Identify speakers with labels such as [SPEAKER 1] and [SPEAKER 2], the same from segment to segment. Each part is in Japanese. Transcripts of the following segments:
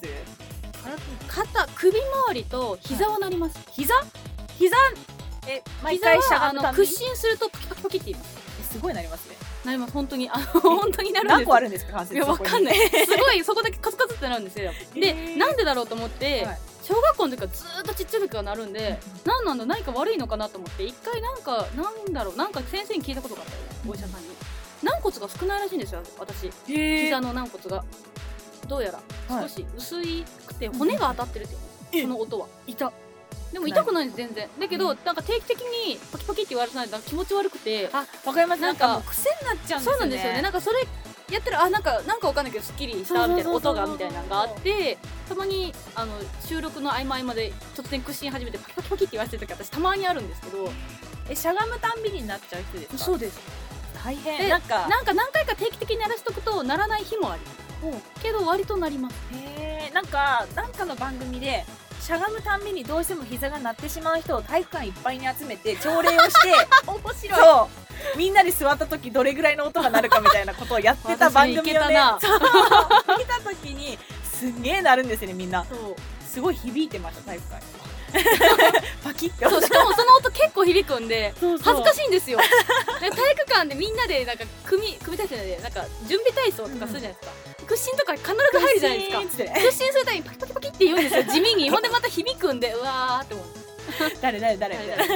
[SPEAKER 1] 肩、首周りと膝はなります。膝
[SPEAKER 2] 膝え毎
[SPEAKER 1] 膝
[SPEAKER 2] 回しゃ
[SPEAKER 1] は
[SPEAKER 2] が
[SPEAKER 1] あ
[SPEAKER 2] む
[SPEAKER 1] の
[SPEAKER 2] たび
[SPEAKER 1] 屈
[SPEAKER 2] に
[SPEAKER 1] 伸するとポキポキポキって言います。
[SPEAKER 2] えすごいなりますね
[SPEAKER 1] なります。本当にあの本当になるんです。
[SPEAKER 2] 何個あるんですか関節
[SPEAKER 1] いやわかんないい。すごいそこだけカツカツってなるんですよ。
[SPEAKER 2] え
[SPEAKER 1] で、
[SPEAKER 2] ー
[SPEAKER 1] なんでだろうと思って
[SPEAKER 2] はい、
[SPEAKER 1] 小学校の時からずーっとちっちゃい時からなるんで、なんなんだ何か悪いのかなと思って一回なんかなんだろうなんか先生に聞いたことがあったよお医者さんに軟骨が少ないらしいんですよ私
[SPEAKER 2] へ
[SPEAKER 1] 膝の軟骨がどうやら
[SPEAKER 2] はい
[SPEAKER 1] 少し薄いくて骨が当たってるって
[SPEAKER 2] え
[SPEAKER 1] この音は
[SPEAKER 2] 痛
[SPEAKER 1] でも痛くないんです全然だけどなんか定期的にパキパキって言われてないとなんか気持ち悪くて
[SPEAKER 2] あ、わかります。な
[SPEAKER 1] なんん
[SPEAKER 2] か
[SPEAKER 1] か
[SPEAKER 2] もう癖になっちゃうんですよね。
[SPEAKER 1] そうなんですよねなんかそれやってるあなんかなんかわかんないけどすっきりしたみたいな
[SPEAKER 2] そうそうそうそう
[SPEAKER 1] 音がみたいなのがあってたまにあの収録の合間合間で突然屈伸始めてパキパキパキって言われてる時私たまにあるんですけど
[SPEAKER 2] え、しゃがむたんびになっちゃう人ですか。。
[SPEAKER 1] そううです
[SPEAKER 2] 大変。
[SPEAKER 1] で
[SPEAKER 2] なんか。
[SPEAKER 1] なんか何回か定期的に鳴らしとくと鳴らない日もありけど割と鳴ります
[SPEAKER 2] へえ、なんか、なんかの番組で。しゃがむたんびにどうしても膝が鳴ってしまう人を体育館いっぱいに集めて朝礼をして
[SPEAKER 1] 面白い
[SPEAKER 2] そうみんなで座った時どれぐらいの音が鳴るかみたいなことをやってた番組をね
[SPEAKER 1] 私 もいけたな
[SPEAKER 2] そう見た時にすんげえ鳴るんですよねみんな
[SPEAKER 1] そう
[SPEAKER 2] すごい響いてました体育館 パキッて
[SPEAKER 1] そうしかもその音結構響くんで
[SPEAKER 2] そう
[SPEAKER 1] 恥ずか
[SPEAKER 2] しい
[SPEAKER 1] しいんですよで体育館でみんなでなんか組組体操でなんか準備体操とかするじゃないですか、屈伸とか必ず入るじゃないですか
[SPEAKER 2] ですか
[SPEAKER 1] 屈伸するたびにパキパキパキって言うん ですよ地味にほんでまた響くんでうわーって思う
[SPEAKER 2] 誰誰誰誰
[SPEAKER 1] な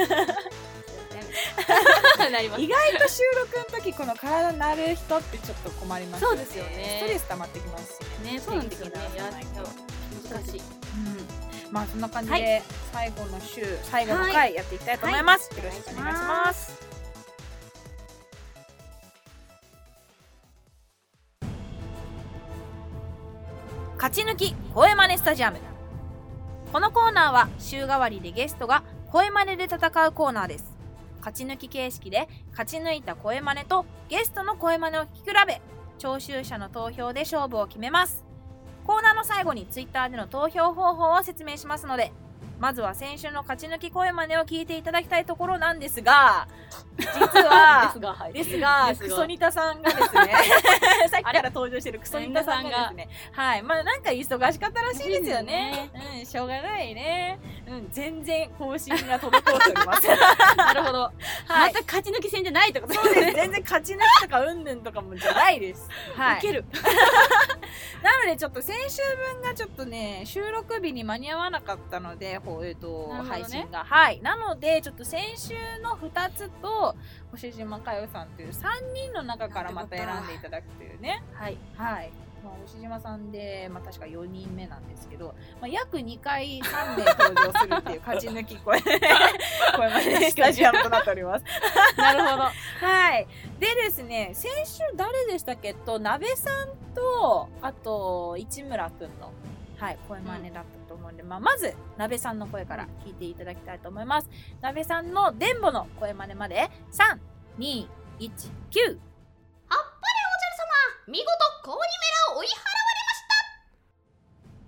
[SPEAKER 1] ります
[SPEAKER 2] 意外と収録の時この体なる人ってちょっと困りますよね
[SPEAKER 1] そうですよね
[SPEAKER 2] ストレス溜まってきますしね
[SPEAKER 1] ねそうなんですよね
[SPEAKER 2] 定期的
[SPEAKER 1] や
[SPEAKER 2] に
[SPEAKER 1] っ
[SPEAKER 2] 直さないと
[SPEAKER 1] と難しい
[SPEAKER 2] うんまあそんな感じで、
[SPEAKER 1] は
[SPEAKER 2] 最後の週最後の
[SPEAKER 1] は
[SPEAKER 2] 回やっていきたいと思います、
[SPEAKER 1] はい
[SPEAKER 2] よろしくお願いします勝ち抜き声真似スタジアムこのコーナーは週替わりでゲストが声真似で戦うコーナーです勝ち抜き形式で勝ち抜いた声真似とゲストの声真似を聞き比べ聴衆者の投票で勝負を決めますコーナーの最後にツイッターでの投票方法を説明しますのでまずは先週の勝ち抜き声真似を聞いていただきたいところなんですが実
[SPEAKER 1] で
[SPEAKER 2] は
[SPEAKER 1] すがはい
[SPEAKER 2] ですが
[SPEAKER 1] です
[SPEAKER 2] ク
[SPEAKER 1] が
[SPEAKER 2] ソニタ さんがですねさっきから登場してるクソニタさんがですねはいまあなんか忙しかったらしいですよねうんしょうがないねうん全然更新が滞っております
[SPEAKER 1] なるほど、
[SPEAKER 2] はい
[SPEAKER 1] また勝ち抜き戦じゃないってこと
[SPEAKER 2] そう です 全然勝ち抜きとかうんぬんとかもじゃないですはい
[SPEAKER 1] ける
[SPEAKER 2] なのでちょっと先週分がちょっとね収録日に間に合わなかったので、ほえー、と
[SPEAKER 1] なるほどね
[SPEAKER 2] 配信がはいなのでちょっと先週の2つと星島佳代さんという3人の中からまた選んでいただくというね
[SPEAKER 1] はい
[SPEAKER 2] はい、まあ、星島さんで、まあ、確か4人目なんですけど、まあ、約2回3名登場するっていう勝ち抜き声 声までスタジアムとなっております
[SPEAKER 1] なるほ ど
[SPEAKER 2] はい。でですね、先週誰でしたっけと、鍋さんと、あと、市村くんの、はい、声真似だったと思うんで、まあ、まず、鍋さんの声から聞いていただきたいと思います。鍋さんの電ボの声真似まで、3、
[SPEAKER 3] あ
[SPEAKER 2] 2、1、9。
[SPEAKER 3] っぱれおじゃる様見事子鬼めらを追い払われまし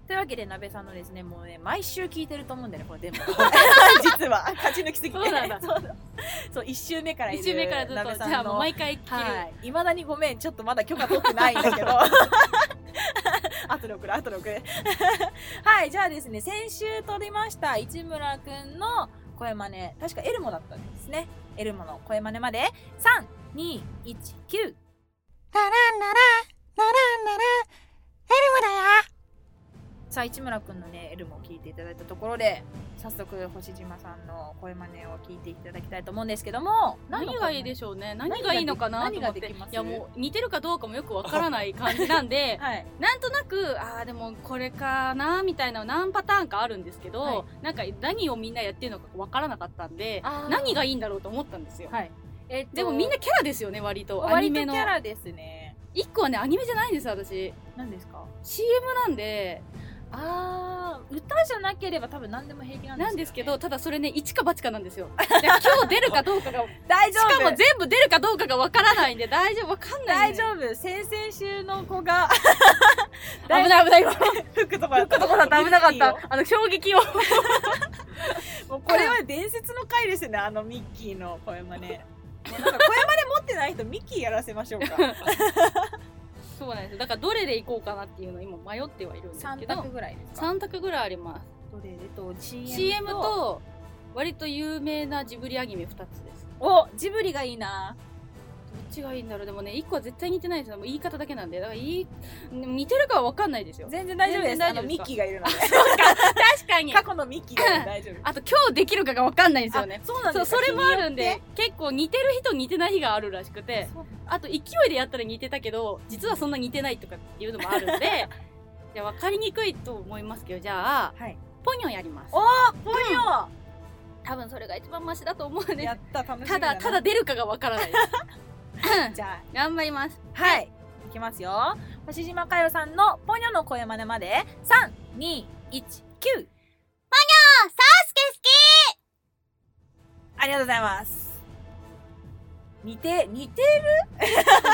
[SPEAKER 3] た
[SPEAKER 2] というわけで、なべさんのですね、もうね、毎週聞いてると思うんだよね、これ、でも。 実は、勝ち抜きすぎて。
[SPEAKER 1] そうなんだ
[SPEAKER 2] そうだそう、1週目からいる
[SPEAKER 1] 1週目からずっ
[SPEAKER 2] なべ
[SPEAKER 1] と
[SPEAKER 2] さん
[SPEAKER 1] じゃあもう
[SPEAKER 2] の
[SPEAKER 1] 毎回切る、
[SPEAKER 2] はい。いまだにごめん、ちょっとまだ許可取ってないん だけど。後で送る、後で送る。 はい、じゃあですね、先週撮りました、市村くんの声真似。確かエルモだったんですね。エルモの声真似まで、3、2、1、9。
[SPEAKER 3] ラランラララランララエルムだよ
[SPEAKER 2] さあ市村君のねエルも聞いていただいたところで早速星島さんの声真似を聞いていただきたいと思うんですけども
[SPEAKER 1] 何がいいで
[SPEAKER 2] し
[SPEAKER 1] しょうね何がいいのかなと思っ
[SPEAKER 2] 何が
[SPEAKER 1] て
[SPEAKER 2] でき
[SPEAKER 1] い
[SPEAKER 2] ます
[SPEAKER 1] やもう似てるかどうかもよくわからない感じなんで
[SPEAKER 2] ょはい
[SPEAKER 1] なんとなくああでもこれかなみたいな何パターンかあるんですけど、
[SPEAKER 2] はい
[SPEAKER 1] なんか何をみんなやってるのかわからなかったんで何がいいんだろうと思ったんですよ、
[SPEAKER 2] はいえっと
[SPEAKER 1] でもみんなキャラですよね割とアニ
[SPEAKER 2] 割と
[SPEAKER 1] メ
[SPEAKER 2] キ
[SPEAKER 1] の
[SPEAKER 2] ャラですね
[SPEAKER 1] 一個はねアニメじゃないんです私
[SPEAKER 2] 何です か
[SPEAKER 1] CM なんで
[SPEAKER 2] あー歌じゃなければ多分何でも平気なんです
[SPEAKER 1] なんですけど
[SPEAKER 2] ね
[SPEAKER 1] ただそれね一か八かなんですよで今日出るかどうかが
[SPEAKER 2] 大
[SPEAKER 1] し
[SPEAKER 2] 丈
[SPEAKER 1] か
[SPEAKER 2] 夫
[SPEAKER 1] も全部出るかどうかがわからないんで大丈夫わかんない、
[SPEAKER 2] 大
[SPEAKER 1] ね、
[SPEAKER 2] 丈夫先々週の子が
[SPEAKER 1] 危ない危ない今
[SPEAKER 2] 服とか
[SPEAKER 1] ちょっとこさん危なかったあの衝撃を
[SPEAKER 2] もうこれは伝説の回ですねあのミッキーの声真似もうなんか声真似持ってない人ミッキーやらせましょ うか
[SPEAKER 1] そうなんですだからどれでいこうかなっていうのを今迷ってはいるんですけ
[SPEAKER 2] 3
[SPEAKER 1] ど
[SPEAKER 2] 択ぐらいですか
[SPEAKER 1] 3択ぐらいあります
[SPEAKER 2] どれでと CM と
[SPEAKER 1] CM と割と有名なジブリアニメ2つです
[SPEAKER 2] おジブリがいいな
[SPEAKER 1] どっちがいいんだろうでもね1個は絶対似てないですよもう言い方だけなんでだからいい似てるかは分かんないですよ
[SPEAKER 2] 全然大丈夫です
[SPEAKER 1] 全然大丈
[SPEAKER 2] あの
[SPEAKER 1] 夫ですか
[SPEAKER 2] ミッキーがいるので
[SPEAKER 1] 確かに
[SPEAKER 2] 過去のミッキーがいる大丈夫
[SPEAKER 1] あと今日できるかが分かんないんですよね
[SPEAKER 2] あそうなん
[SPEAKER 1] そ
[SPEAKER 2] で
[SPEAKER 1] う
[SPEAKER 2] す
[SPEAKER 1] そ
[SPEAKER 2] か
[SPEAKER 1] れもあるんで結構似てる日と似てない日があるらしくてあと勢いでやったら似てたけど実はそんな似てないとかっていうのもあるん でじゃあ分かりにくいと思いますけどじゃあ
[SPEAKER 2] はい
[SPEAKER 1] ポニョやります
[SPEAKER 2] おポニョ、
[SPEAKER 1] 多分それが一番マシだと思うんで
[SPEAKER 2] や
[SPEAKER 1] す
[SPEAKER 2] った楽しみ
[SPEAKER 1] ただ
[SPEAKER 2] な
[SPEAKER 1] ただ出るかが分からないです
[SPEAKER 2] じゃあ
[SPEAKER 1] 頑張ります
[SPEAKER 2] はいいきますよ星島かよさんのポニョの声真似まで3219
[SPEAKER 3] サースケ好き
[SPEAKER 2] ありがとうございます似て似て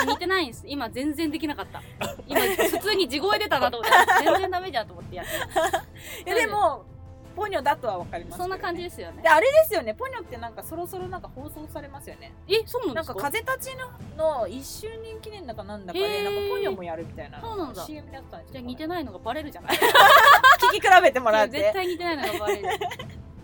[SPEAKER 1] 似てないんです今全然できなかった今普通に地声出たなと思って全然ダメじゃんと思ってやって
[SPEAKER 2] えでもポニョだとは分かりますけ
[SPEAKER 1] そ
[SPEAKER 2] ど
[SPEAKER 1] ん
[SPEAKER 2] ね、
[SPEAKER 1] な感じですよね
[SPEAKER 2] であれですよねポニョってなんかそろそろなんか放送されますよね
[SPEAKER 1] えそうな
[SPEAKER 2] な
[SPEAKER 1] で
[SPEAKER 2] んん
[SPEAKER 1] す
[SPEAKER 2] か
[SPEAKER 1] か
[SPEAKER 2] 風立ちのの一周年記念だかなんだかで、
[SPEAKER 1] へー
[SPEAKER 2] なんかポニョもやるみたいな
[SPEAKER 1] そうなんだ
[SPEAKER 2] CM だったんです
[SPEAKER 1] じゃ
[SPEAKER 2] よ
[SPEAKER 1] あ似てないのがバレるじゃない
[SPEAKER 2] 聞き比べてもらっ
[SPEAKER 1] 絶
[SPEAKER 2] て
[SPEAKER 1] 対似てないのがバレる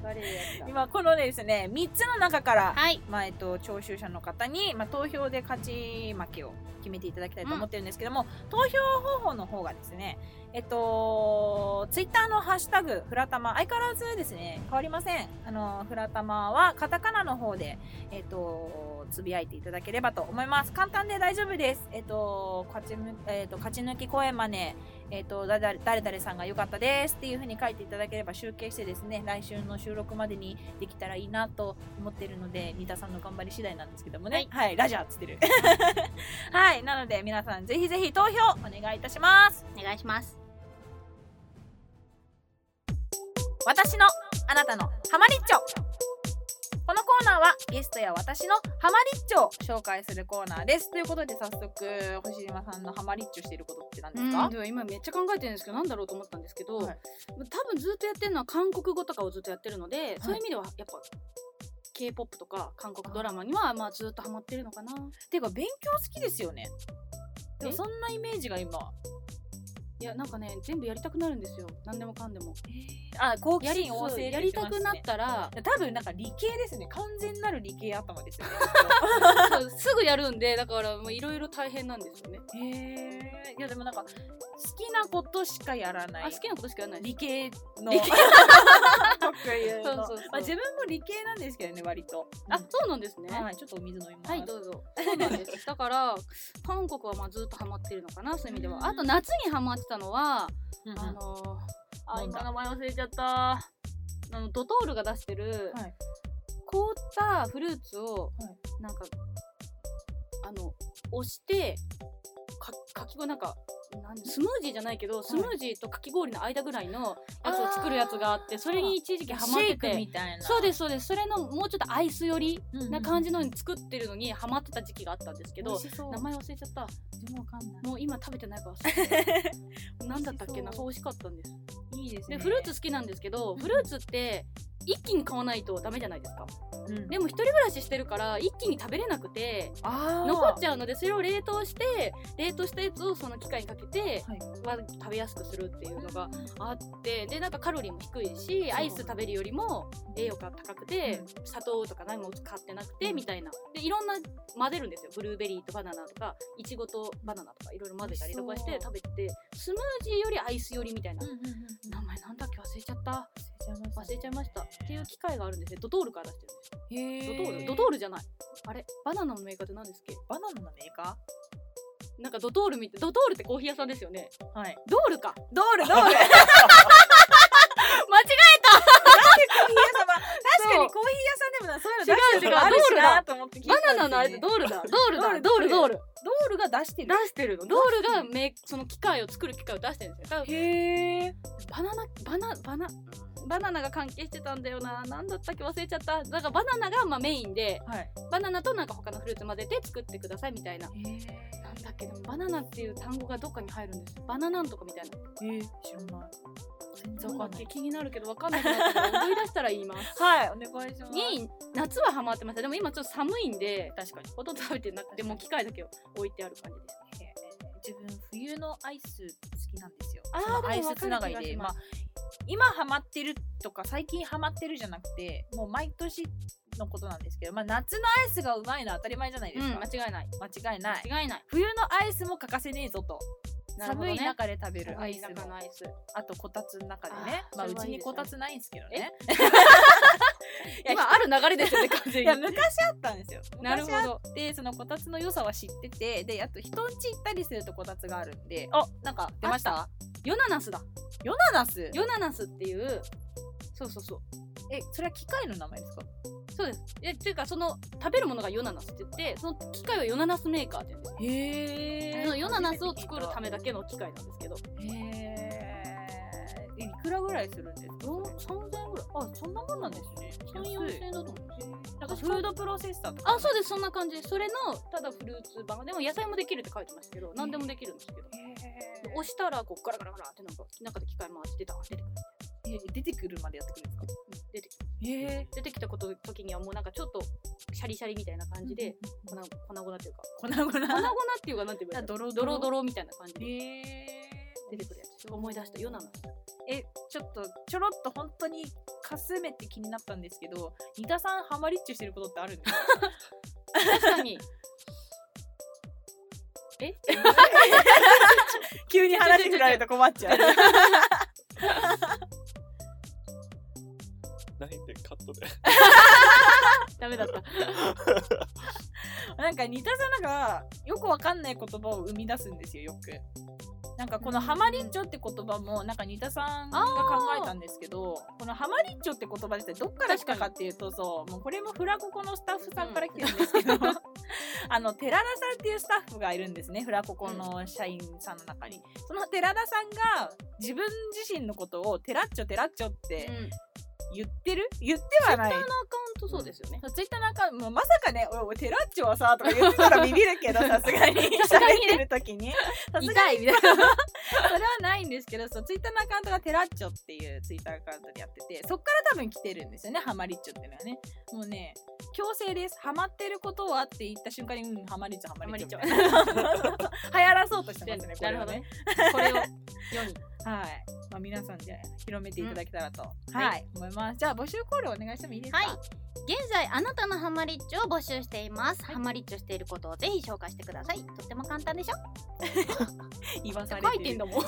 [SPEAKER 1] バレるやつだ
[SPEAKER 2] 今このですね3つの中から、
[SPEAKER 1] はい
[SPEAKER 2] まあえっと、聴衆者の方に、まあ、投票で勝ち負けを決めていただきたいと思ってるんですけども、投票方法の方がですねえっとツイッターの「ハッシュタグフラタマ」相変わらずですね変わりませんあのフラタマはカタカナの方でえっとつぶやいていただければと思います簡単で大丈夫ですえっと勝ちむ、えっと、勝ち抜き声真似えっとだだ誰々さんが良かったですっていう風に書いていただければ集計してですね来週の収録までにできたらいいなと思ってるので三田さんの頑張り次第なんですけどもねはい、ラジャーっつ ってるはいなので皆さんぜひぜひ投票お願いいたします
[SPEAKER 1] お願いします
[SPEAKER 2] 私のあなたのハマリッチョこのコーナーはゲストや私のハマリッチョを紹介するコーナーですということで早速星島さんのハマリッチョしていることって何ですか、
[SPEAKER 1] でも今めっちゃ考えてるんですけどなんだろうと思ったんですけど、
[SPEAKER 2] はい
[SPEAKER 1] 多分ずっとやってるのは韓国語とかをずっとやってるので、そういう意味ではやっぱ k p o p とか韓国ドラマにはまあずっとハマってるのかな
[SPEAKER 2] ていうか勉強好きですよねでも
[SPEAKER 1] え
[SPEAKER 2] そんなイメージが今
[SPEAKER 1] いやなんかね全部やりたくなるんですよ何でもかんでも
[SPEAKER 2] あ好奇
[SPEAKER 1] やり
[SPEAKER 2] 心旺盛って
[SPEAKER 1] や
[SPEAKER 2] 言
[SPEAKER 1] り
[SPEAKER 2] てま
[SPEAKER 1] た
[SPEAKER 2] す
[SPEAKER 1] くなった ら
[SPEAKER 2] ね多分なんか理系ですね完全なる理系頭ですよね
[SPEAKER 1] そうすぐやるんでだからもういろいろ大変なんですよね
[SPEAKER 2] へえいやでもなんか好きなことしかやらない
[SPEAKER 1] あ好きなことしかやらない
[SPEAKER 2] 理系の
[SPEAKER 1] 理系
[SPEAKER 2] 特有の
[SPEAKER 1] そうそうそう
[SPEAKER 2] まあ、自分も理系なんですけどね割と
[SPEAKER 1] あそうなんですね、
[SPEAKER 2] はい、ちょっとお水飲みます。
[SPEAKER 1] はいどうぞそうなんです だから韓国はまあずっとハマってるのかなそういう意味ではあと夏にハマってたのは、
[SPEAKER 2] うんうん
[SPEAKER 1] あのー、あ
[SPEAKER 2] なんだ
[SPEAKER 1] 今名前忘れちゃったあのドトールが出してる、
[SPEAKER 2] はい
[SPEAKER 1] 凍ったフルーツを、
[SPEAKER 2] はい
[SPEAKER 1] なんかあの押してかかき氷なんかなんスムージーじゃないけどスムージーとかき氷の間ぐらいのやつを作るやつがあってそれに一時期ハマっ
[SPEAKER 2] シェ
[SPEAKER 1] て
[SPEAKER 2] イクみ
[SPEAKER 1] て
[SPEAKER 2] たいな
[SPEAKER 1] そうですそうですそれのもうちょっとアイス寄り
[SPEAKER 2] す
[SPEAKER 1] な感
[SPEAKER 2] じ
[SPEAKER 1] じのに作ってるのにハマってた時期があったんですけ
[SPEAKER 2] 美
[SPEAKER 1] ど
[SPEAKER 2] 味しそう
[SPEAKER 1] 名前忘れちゃった
[SPEAKER 2] でもわかんない
[SPEAKER 1] もう今食べてないから忘れて た何だったっけな
[SPEAKER 2] 美味しそう
[SPEAKER 1] そう美味しかったんです
[SPEAKER 2] いいですね
[SPEAKER 1] でフルーツ好きなんですけどフルーツって一気に買わないとダメじゃないですか
[SPEAKER 2] うん
[SPEAKER 1] でも一人暮らししてるから一気に食べれなくて
[SPEAKER 2] あー
[SPEAKER 1] 残っちゃうのでそれを冷凍して冷凍したやつをその機械にかけて、
[SPEAKER 2] はい
[SPEAKER 1] は食べやすくするっていうのがあってでなんかカロリーも低いしアイス食べるよりも栄養価高くて、砂糖とか何も使ってなくてみたいなでいろんな混ぜるんですよブルーベリーとバナナとかいちごとバナナとかいろいろ混ぜたりとかし
[SPEAKER 2] 美
[SPEAKER 1] て
[SPEAKER 2] 味しそ
[SPEAKER 1] 食べてスムージーよりアイスよりみたいな、
[SPEAKER 2] うんうんうんうん
[SPEAKER 1] 名前なんだっけ忘れちゃった忘
[SPEAKER 2] 忘
[SPEAKER 1] れ
[SPEAKER 2] れ
[SPEAKER 1] ち
[SPEAKER 2] ち
[SPEAKER 1] ゃ
[SPEAKER 2] ゃ
[SPEAKER 1] い
[SPEAKER 2] い
[SPEAKER 1] ま
[SPEAKER 2] ま
[SPEAKER 1] し
[SPEAKER 2] したた
[SPEAKER 1] っていう機械があるんですねドトールから出してる
[SPEAKER 2] へ
[SPEAKER 1] んですドトールドトールじゃないあれバナナのメーカーって何ですっけ
[SPEAKER 2] バナナのメーカ
[SPEAKER 1] なんかドトールみたいドトールってコーヒー屋さんですよね
[SPEAKER 2] ーはい
[SPEAKER 1] ドールか
[SPEAKER 2] ドー ルドール
[SPEAKER 1] 間違
[SPEAKER 2] コーヒー屋様確かにコーヒー屋さんでもなそういうの出してるとこあるしなと思って聞い
[SPEAKER 1] え
[SPEAKER 2] たんで
[SPEAKER 1] バナナ
[SPEAKER 2] すよね
[SPEAKER 1] のあれドールだ ドールだドー
[SPEAKER 2] ドー
[SPEAKER 1] ル
[SPEAKER 2] ル
[SPEAKER 1] ドール
[SPEAKER 2] ドールが出してる
[SPEAKER 1] 出してるのドールがめその機械を作る機械を出してるんですよ多分
[SPEAKER 2] へえ
[SPEAKER 1] バナナバナバナバナナが関係してたんだよな何だったっけ忘れちゃっただからバナナがまあメインで
[SPEAKER 2] はい
[SPEAKER 1] バナナとなんか他のフルーツ混ぜて作ってくださいみたいななんだっけでもバナナっていう単語がどっかに入るんですバナナンとかみたいな
[SPEAKER 2] え知らない全然
[SPEAKER 1] どこ
[SPEAKER 2] わかんない
[SPEAKER 1] 気になるけ どわかんなくなったから思い出したら言います
[SPEAKER 2] はいお願いします
[SPEAKER 1] に夏はハマってましたでも今ちょっと寒いんで
[SPEAKER 2] 確かに
[SPEAKER 1] ほとんど食べてなくてもう機械だけを置いてある感じです
[SPEAKER 2] 自分冬のアイス好きなんですよ
[SPEAKER 1] あー
[SPEAKER 2] その
[SPEAKER 1] でも
[SPEAKER 2] アイス
[SPEAKER 1] わかる
[SPEAKER 2] つながり
[SPEAKER 1] 気が
[SPEAKER 2] で
[SPEAKER 1] し
[SPEAKER 2] ま
[SPEAKER 1] ま
[SPEAKER 2] あ
[SPEAKER 1] す
[SPEAKER 2] 今ハマってるとか最近ハマってるじゃなくてもう毎年のことなんですけど、まあ、夏のアイスがうまいのは当たり前じゃないですか、
[SPEAKER 1] 間違いない
[SPEAKER 2] 間違いない
[SPEAKER 1] 間違いない
[SPEAKER 2] 冬のアイスも欠かせねえぞと、
[SPEAKER 1] なるほど
[SPEAKER 2] 寒
[SPEAKER 1] ね
[SPEAKER 2] い中で食べるア
[SPEAKER 1] 寒
[SPEAKER 2] イ
[SPEAKER 1] い
[SPEAKER 2] スも
[SPEAKER 1] 中のアイス
[SPEAKER 2] あとこたつの中でね
[SPEAKER 1] あー
[SPEAKER 2] まあ
[SPEAKER 1] そうれはい
[SPEAKER 2] ち
[SPEAKER 1] い
[SPEAKER 2] に
[SPEAKER 1] ですね
[SPEAKER 2] こたつないんですけどねいや
[SPEAKER 1] 今ある流れですよね完
[SPEAKER 2] いや
[SPEAKER 1] 全に
[SPEAKER 2] 昔あったんで すよ
[SPEAKER 1] なる
[SPEAKER 2] 昔
[SPEAKER 1] ほ
[SPEAKER 2] あっ
[SPEAKER 1] ど
[SPEAKER 2] てそのこたつの良さは知っててであと人んち行ったりするとこたつがあるんであなんか出ました
[SPEAKER 1] ヨナナスだ
[SPEAKER 2] ヨナナス
[SPEAKER 1] ヨナナスっていうそうそうそう
[SPEAKER 2] えそれは機械の名前ですか
[SPEAKER 1] そうですえっていうかその食べるものがヨナナスって言ってその機械はヨナナスメーカーって言うんです
[SPEAKER 2] へ
[SPEAKER 1] そのヨナナスを作るためだけの機械なんですけど
[SPEAKER 2] へえいくらぐらいするんですか
[SPEAKER 1] 4 3000円ぐらい
[SPEAKER 2] あそんなもんなんですね
[SPEAKER 1] 30004000円だと思う
[SPEAKER 2] なんかフードプロセッサーとか
[SPEAKER 1] あそうですそんな感じですそれのただフルーツ版でも野菜もできるって書いてましたけど何でもできるんですけど押したらこうガラガラガラってなんか中で機械回してダーン出てくる
[SPEAKER 2] え出てくるまでやってくるんですか
[SPEAKER 1] 出てき
[SPEAKER 2] へえ
[SPEAKER 1] 出てきたこと時にはもうなんかちょっとシャリシャリみたいな感じで粉粉々っていうか
[SPEAKER 2] 粉々
[SPEAKER 1] 粉々っていうかなんていうか
[SPEAKER 2] ドロ
[SPEAKER 1] ド
[SPEAKER 2] ド
[SPEAKER 1] ロ
[SPEAKER 2] ロ
[SPEAKER 1] ドロみたいな感じ
[SPEAKER 2] へ
[SPEAKER 1] で
[SPEAKER 2] え
[SPEAKER 1] 出てくるやつ思い出したよなの
[SPEAKER 2] えちょっとちょろっと本当にかすめて気になったんですけど仁田さんハマりっちゅうしてることってあるんですか
[SPEAKER 1] 確かにえ
[SPEAKER 2] 急に話振られると困っちゃう
[SPEAKER 4] ないんでカットで。
[SPEAKER 1] ダメだ った
[SPEAKER 2] なんか似たさんがよくわかんない言葉を生み出すんですよよく。なんかこの「ハマリッチョ」って言葉もなんか似たさんが考えたんですけどこの「ハマリッチョ」って言葉自体どっから来たかっていうとそうもうこれもフラココのスタッフさんから来てるんですけど、 あの寺田さんっていうスタッフがいるんですねフラココの社員さんの中に、その寺田さんが自分自身のことを「テラッチョテラッチョ」っ
[SPEAKER 1] う
[SPEAKER 2] て
[SPEAKER 1] ん
[SPEAKER 2] 言ってる、言ってはない
[SPEAKER 1] ツイッターのアカウントそうですよね
[SPEAKER 2] そうツイッターのアカウントまさかね「おいおいテラッチョはさ」とか言ってたらビビる けどさすがに喋
[SPEAKER 1] さすがにね
[SPEAKER 2] ってる時にさすがに
[SPEAKER 1] 痛いみたいな
[SPEAKER 2] それはないんですけどそうツイッターのアカウントがテラッチョっていうツイッターアカウントでやっててそっから多分来てるんですよねハマリッチョっていうのはね もうね強制ですハマってることはって言った瞬間にうんハマリッチョハマリ ッチョ流行らそうとしてますねこ
[SPEAKER 1] な
[SPEAKER 2] れ
[SPEAKER 1] る
[SPEAKER 2] を
[SPEAKER 1] ほどね
[SPEAKER 2] ね
[SPEAKER 1] これを世に
[SPEAKER 2] はい、まあ、皆さんで広めていただけたらと、はい、思いますじゃあ募集コールお願いしてもいいですか
[SPEAKER 5] はい。現在あなたのハマリッチを募集しています、ハマリッチをしていることをぜひ紹介してくださいとっても簡単でしょ
[SPEAKER 2] 言わされて
[SPEAKER 1] 書
[SPEAKER 2] る
[SPEAKER 1] いてんだもん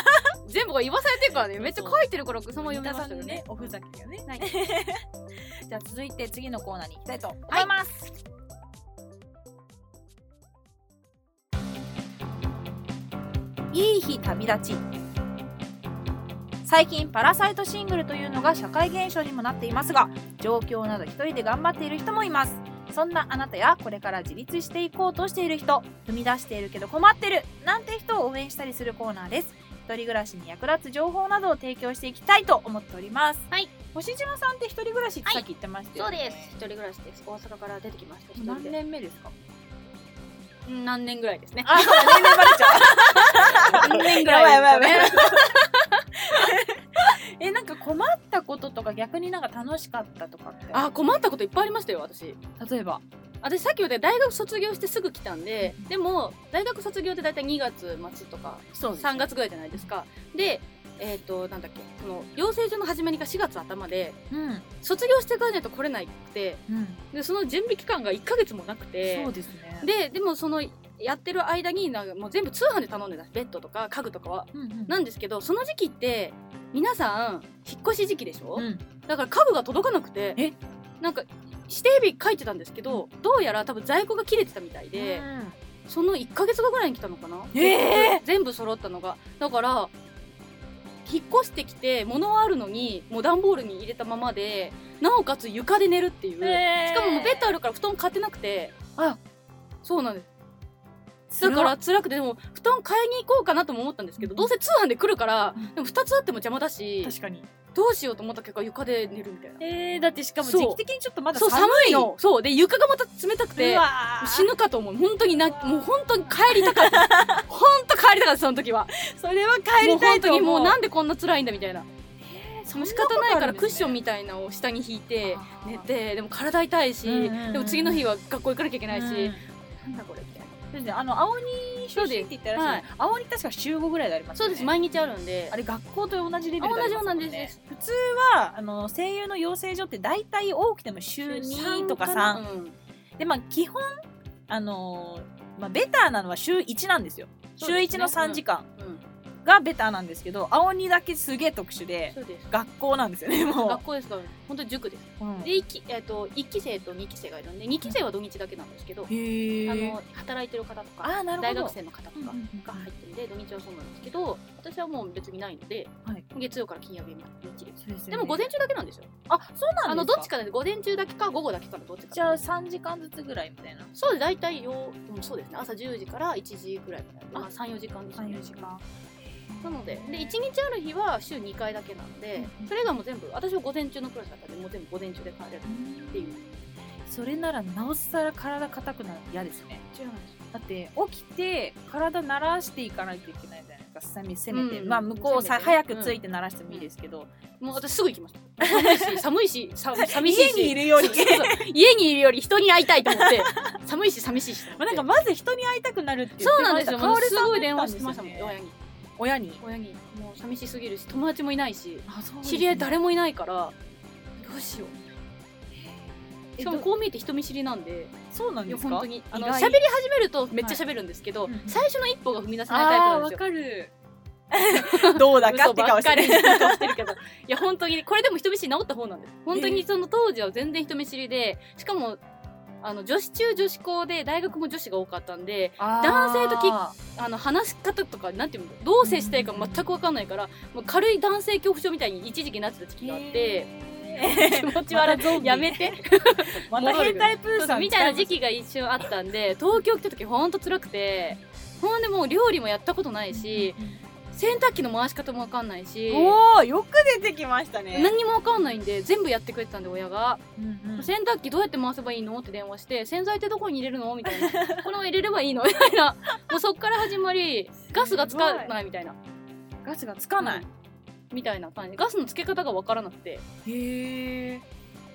[SPEAKER 1] 全部が言わされてるからねめっちゃ書いてるからそのまま読みましたよね
[SPEAKER 2] おふざけよね。
[SPEAKER 1] はい
[SPEAKER 2] じゃあ続いて次のコーナーに行きたいと思います。い、い日旅立ち最近パラサイトシングルというのが社会現象にもなっていますが状況など一人で頑張っている人もいますそんなあなたやこれから自立していこうとしている人踏み出しているけど困ってるなんて人を応援したりするコーナーです一人暮らしに役立つ情報などを提供していきたいと思っております
[SPEAKER 5] はい
[SPEAKER 2] 星島さんって一人暮らしってさっき言ってました
[SPEAKER 5] そ
[SPEAKER 2] よ
[SPEAKER 5] うで
[SPEAKER 2] ね、
[SPEAKER 5] す一人暮らしです大阪から出てきました一人
[SPEAKER 2] 何
[SPEAKER 5] で
[SPEAKER 2] 年目ですか
[SPEAKER 1] うん何年ぐらいですね
[SPEAKER 2] あ、そうだ、年齢バレちゃう。
[SPEAKER 1] 何年ぐらいですかね
[SPEAKER 2] え、なんか困ったこととか、逆になんか楽しかったとかって。
[SPEAKER 1] あ、困ったこといっぱいありましたよ私
[SPEAKER 2] 例えば。
[SPEAKER 1] 私さっき言ったように大学卒業してすぐ来たんででも大学卒業って大体2月末とか
[SPEAKER 2] そう
[SPEAKER 1] 3月ぐらいじゃないですかでえっ、となんだっけその養成所の始まりが4月頭で
[SPEAKER 2] うん。
[SPEAKER 1] 卒業してからないと来れないくて
[SPEAKER 2] うん。
[SPEAKER 1] でその準備期間が1ヶ月もなくて
[SPEAKER 2] そうですね。
[SPEAKER 1] ででもそのやってる間になんかもう全部通販で頼んでたベッドとか家具とかは
[SPEAKER 2] うんうん、
[SPEAKER 1] なんですけどその時期って皆さん引っ越し時期でしょ、
[SPEAKER 2] うん、
[SPEAKER 1] だから家具が届かなくて
[SPEAKER 2] え
[SPEAKER 1] なんか指定日書いてたんですけどどうやら多分在庫が切れてたみたいで、
[SPEAKER 2] うん
[SPEAKER 1] その1ヶ月後ぐらいに来たのかな、
[SPEAKER 2] え
[SPEAKER 1] 全部揃ったのがだから引っ越してきて物はあるのにもう段ボールに入れたままでなおかつ床で寝るっていう、しかももうベッドあるから布団買ってなくて
[SPEAKER 2] あ
[SPEAKER 1] そうなんですだから辛くてでも布団買いに行こうかなとも思ったんですけどどうせ通販で来るから
[SPEAKER 2] うん
[SPEAKER 1] でも2つあっても邪魔だし
[SPEAKER 2] 確かに
[SPEAKER 1] どうしようと思った結果床で寝るみたいな。
[SPEAKER 2] えー、だってしかも
[SPEAKER 1] そう
[SPEAKER 2] 時期的にちょっとまだ
[SPEAKER 1] そう
[SPEAKER 2] 寒
[SPEAKER 1] 寒い
[SPEAKER 2] い
[SPEAKER 1] の
[SPEAKER 2] の
[SPEAKER 1] そうで床がまた冷たくて
[SPEAKER 2] うわー
[SPEAKER 1] 死ぬかと思う本当になもう本当に帰りたかった 本当帰りたかったその時は
[SPEAKER 2] それは帰りたいと
[SPEAKER 1] もう本当
[SPEAKER 2] 思う
[SPEAKER 1] にもうなんでこんな辛いんだみたいな
[SPEAKER 2] そん
[SPEAKER 1] もう
[SPEAKER 2] な
[SPEAKER 1] 仕
[SPEAKER 2] こと
[SPEAKER 1] 方ないからクッション
[SPEAKER 2] 見
[SPEAKER 1] みたいなのを下に引いて
[SPEAKER 2] あー
[SPEAKER 1] 寝てでも体痛いし、
[SPEAKER 2] うんうんうん
[SPEAKER 1] でも次の日は学校行かなきゃいけないし、
[SPEAKER 2] うん
[SPEAKER 1] なんだこれみたいな
[SPEAKER 2] そうですねあの青鬼出身って言ったらしい、
[SPEAKER 1] はい
[SPEAKER 2] 青鬼確か週5ぐらいであります
[SPEAKER 1] そ
[SPEAKER 2] よ
[SPEAKER 1] う
[SPEAKER 2] ね
[SPEAKER 1] です毎日あるんで
[SPEAKER 2] あれ学校と同じレベルであ
[SPEAKER 1] 同
[SPEAKER 2] り
[SPEAKER 1] じよう
[SPEAKER 2] ますも
[SPEAKER 1] なんん
[SPEAKER 2] ね
[SPEAKER 1] です
[SPEAKER 2] 普通はあの声優の養成所って大体多くても週2とか3
[SPEAKER 1] 週三うん
[SPEAKER 2] でまあ基本あのーまあ、ベターなのは週1なんですよ
[SPEAKER 1] そう
[SPEAKER 2] 週
[SPEAKER 1] ですね
[SPEAKER 2] 1の3時間
[SPEAKER 1] うん
[SPEAKER 2] がベターなんですけど、青鬼だけすげえ特殊で
[SPEAKER 1] そうです
[SPEAKER 2] 学校なんですよねもう
[SPEAKER 1] 学校ですから本当に塾です
[SPEAKER 2] うん
[SPEAKER 1] で 1, 期、えっと一期生と2期生がいるんで2期生は土日だけなんですけど、
[SPEAKER 2] へえ
[SPEAKER 1] あの働いてる方とか
[SPEAKER 2] あーなるほど
[SPEAKER 1] 大学生の方とか
[SPEAKER 2] うんうんうん
[SPEAKER 1] が入ってるんで土日はそうなんですけど私はもう別にないので、
[SPEAKER 2] はい
[SPEAKER 1] 月曜から金曜日みっちりです
[SPEAKER 2] そうですよね
[SPEAKER 1] でも午前中だけなんですよ
[SPEAKER 2] あそうなんですか
[SPEAKER 1] あのどっちかなんで午前中だけか午後だけかのどっちか
[SPEAKER 2] じゃあ3時間ずつぐらいみたいな
[SPEAKER 1] そうです大体よ、うん、そうですね朝10時から1時ぐらいまで
[SPEAKER 2] あ
[SPEAKER 1] まあ、34時間ですね
[SPEAKER 2] 34時間
[SPEAKER 1] なのでで1日ある日は週2回だけなので、
[SPEAKER 2] うんうん
[SPEAKER 1] それがもう全部私は午前中のクラスだったんでもう全部午前中で帰れるっていう
[SPEAKER 2] それならなおさら体硬くなるの嫌ですね
[SPEAKER 1] 違うん
[SPEAKER 2] だって起きて体慣らしていかないといけないじゃないですかせめせめて、
[SPEAKER 1] うん
[SPEAKER 2] まあ向こう
[SPEAKER 1] せ
[SPEAKER 2] さ
[SPEAKER 1] めて
[SPEAKER 2] 早く着いて慣らしてもいいですけど、
[SPEAKER 1] もう私すぐ行きました寒いし寒いし さ寂しいし
[SPEAKER 2] 家にいるより
[SPEAKER 1] そうそうそう家にいるより人に会いたいと思って寒いし寂しいしと思
[SPEAKER 2] ま
[SPEAKER 1] っ
[SPEAKER 2] あ、な
[SPEAKER 1] て
[SPEAKER 2] んかまず人に会いたくなるって言っ
[SPEAKER 1] そう
[SPEAKER 2] て
[SPEAKER 1] なん
[SPEAKER 2] ま
[SPEAKER 1] です
[SPEAKER 2] した
[SPEAKER 1] よ
[SPEAKER 2] か
[SPEAKER 1] も
[SPEAKER 2] お
[SPEAKER 1] う
[SPEAKER 2] る
[SPEAKER 1] す
[SPEAKER 2] さん
[SPEAKER 1] ご
[SPEAKER 2] も
[SPEAKER 1] い
[SPEAKER 2] 言
[SPEAKER 1] 電
[SPEAKER 2] ったん
[SPEAKER 1] 話
[SPEAKER 2] で
[SPEAKER 1] してま
[SPEAKER 2] すよね
[SPEAKER 1] したもん親に
[SPEAKER 2] 親に
[SPEAKER 1] 親にもう寂しすぎるし友達もいないし
[SPEAKER 2] あそう
[SPEAKER 1] 知り合い誰
[SPEAKER 2] も
[SPEAKER 1] もいないからどうしようしかも
[SPEAKER 2] ど
[SPEAKER 1] こう見えて人見知りなんで
[SPEAKER 2] そうなん
[SPEAKER 1] い
[SPEAKER 2] で
[SPEAKER 1] や
[SPEAKER 2] すか
[SPEAKER 1] 本当にあの
[SPEAKER 2] 意外
[SPEAKER 1] 喋り始めるとめっちゃ喋るんですけど、
[SPEAKER 2] はいうん
[SPEAKER 1] 最初の一歩が踏み出せないタイプ
[SPEAKER 2] あ
[SPEAKER 1] な
[SPEAKER 2] ー
[SPEAKER 1] ん
[SPEAKER 2] わ
[SPEAKER 1] ですよ
[SPEAKER 2] かるどうだか
[SPEAKER 1] 嘘
[SPEAKER 2] って
[SPEAKER 1] ば
[SPEAKER 2] 顔
[SPEAKER 1] っ
[SPEAKER 2] して
[SPEAKER 1] かり
[SPEAKER 2] る
[SPEAKER 1] して顔してるけどいや本当にこれでも人見知り治った方なんです本当にその当時は全然人見知りでしかもあの女子中女子校で大学も女子が多かったんで男性とき
[SPEAKER 2] あ
[SPEAKER 1] あの話し方とかなんていうのどう接したいか全く分かんないからもう軽い男性恐怖症みたいに一時期なってた時期
[SPEAKER 2] ー
[SPEAKER 1] があ って
[SPEAKER 2] へー
[SPEAKER 1] 気 持ち悪
[SPEAKER 2] またゾン
[SPEAKER 1] い
[SPEAKER 2] ビ
[SPEAKER 1] やめて
[SPEAKER 2] また変態プーさん
[SPEAKER 1] みたいな時期が一瞬あったんで東京来た時ほんと辛くてほんでもう料理もやったことないし洗濯機の回し方も分かんないし
[SPEAKER 2] おおよく出てきましたね、
[SPEAKER 1] 何にも分かんないんで全部やってくれてたんで親が
[SPEAKER 2] うんうん
[SPEAKER 1] 洗濯機どうやって回せばいいのって電話して洗剤ってどこに入れるのみたい なこれを入れればいいのみたいなもうそっから始まりガスがつかないみたいな
[SPEAKER 2] ガスがつかない、
[SPEAKER 1] みたいな感じガスのつけ方が分からなくて
[SPEAKER 2] へえ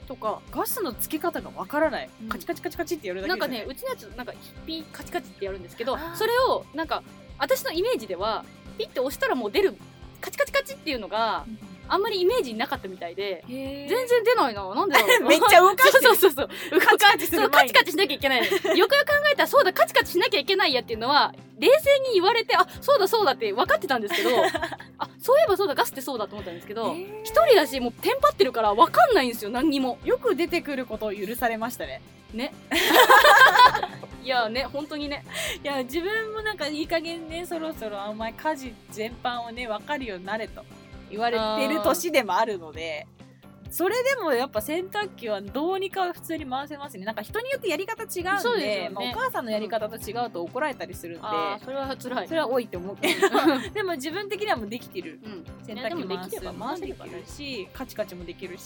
[SPEAKER 1] とか
[SPEAKER 2] ガスのつけ方がわからない、
[SPEAKER 1] うん
[SPEAKER 2] カチカチカチカチってやるだけ
[SPEAKER 1] なん
[SPEAKER 2] で
[SPEAKER 1] か
[SPEAKER 2] すよ
[SPEAKER 1] ねうちのやつなんかピッカチカチってやるんですけど
[SPEAKER 2] あー
[SPEAKER 1] それをなんか私のイメージではピッて押したらもう出るカチカチカチっていうのがあんまりイメージになかったみたいで
[SPEAKER 2] うんへー
[SPEAKER 1] 全然出ないななんでだろう
[SPEAKER 2] めっちゃ動かしてる
[SPEAKER 1] そうそうそうそう動か
[SPEAKER 2] カチカチす
[SPEAKER 1] そ
[SPEAKER 2] る
[SPEAKER 1] うカ
[SPEAKER 2] 前に
[SPEAKER 1] チカチしなきゃいけないのよくよく考えたらそうだカチカチしなきゃいけないやっていうのは冷静に言われてあそうだそうだって分かってたんですけ どあそういえばそうだガスってそうだと思ったんですけど
[SPEAKER 2] へー
[SPEAKER 1] 一人だしもうテンパってるから分かんないんですよ何にも
[SPEAKER 2] よく出てくることを許されましたね
[SPEAKER 1] ねいやね本当にね
[SPEAKER 2] いや自分もなんかいい加減ねそろそろあんまり家事全般をね分かるようになれと言われてる年でもあるのでそれでもやっぱ洗濯機はどうにか普通に回せますねなんか人によってやり方違うんで
[SPEAKER 1] そうですよね
[SPEAKER 2] まあ、お母さんのやり方と違うと怒られたりするんで、
[SPEAKER 1] あーそれは辛い
[SPEAKER 2] それは多いと思うけど でも自分的にはもうできてる
[SPEAKER 1] うん
[SPEAKER 2] 洗
[SPEAKER 1] いやでも
[SPEAKER 2] 濯機
[SPEAKER 1] で
[SPEAKER 2] 回
[SPEAKER 1] きれ
[SPEAKER 2] す
[SPEAKER 1] ば
[SPEAKER 2] 回せ
[SPEAKER 1] 回せ
[SPEAKER 2] で
[SPEAKER 1] れ
[SPEAKER 2] き
[SPEAKER 1] ばね
[SPEAKER 2] るしカチカチもできるし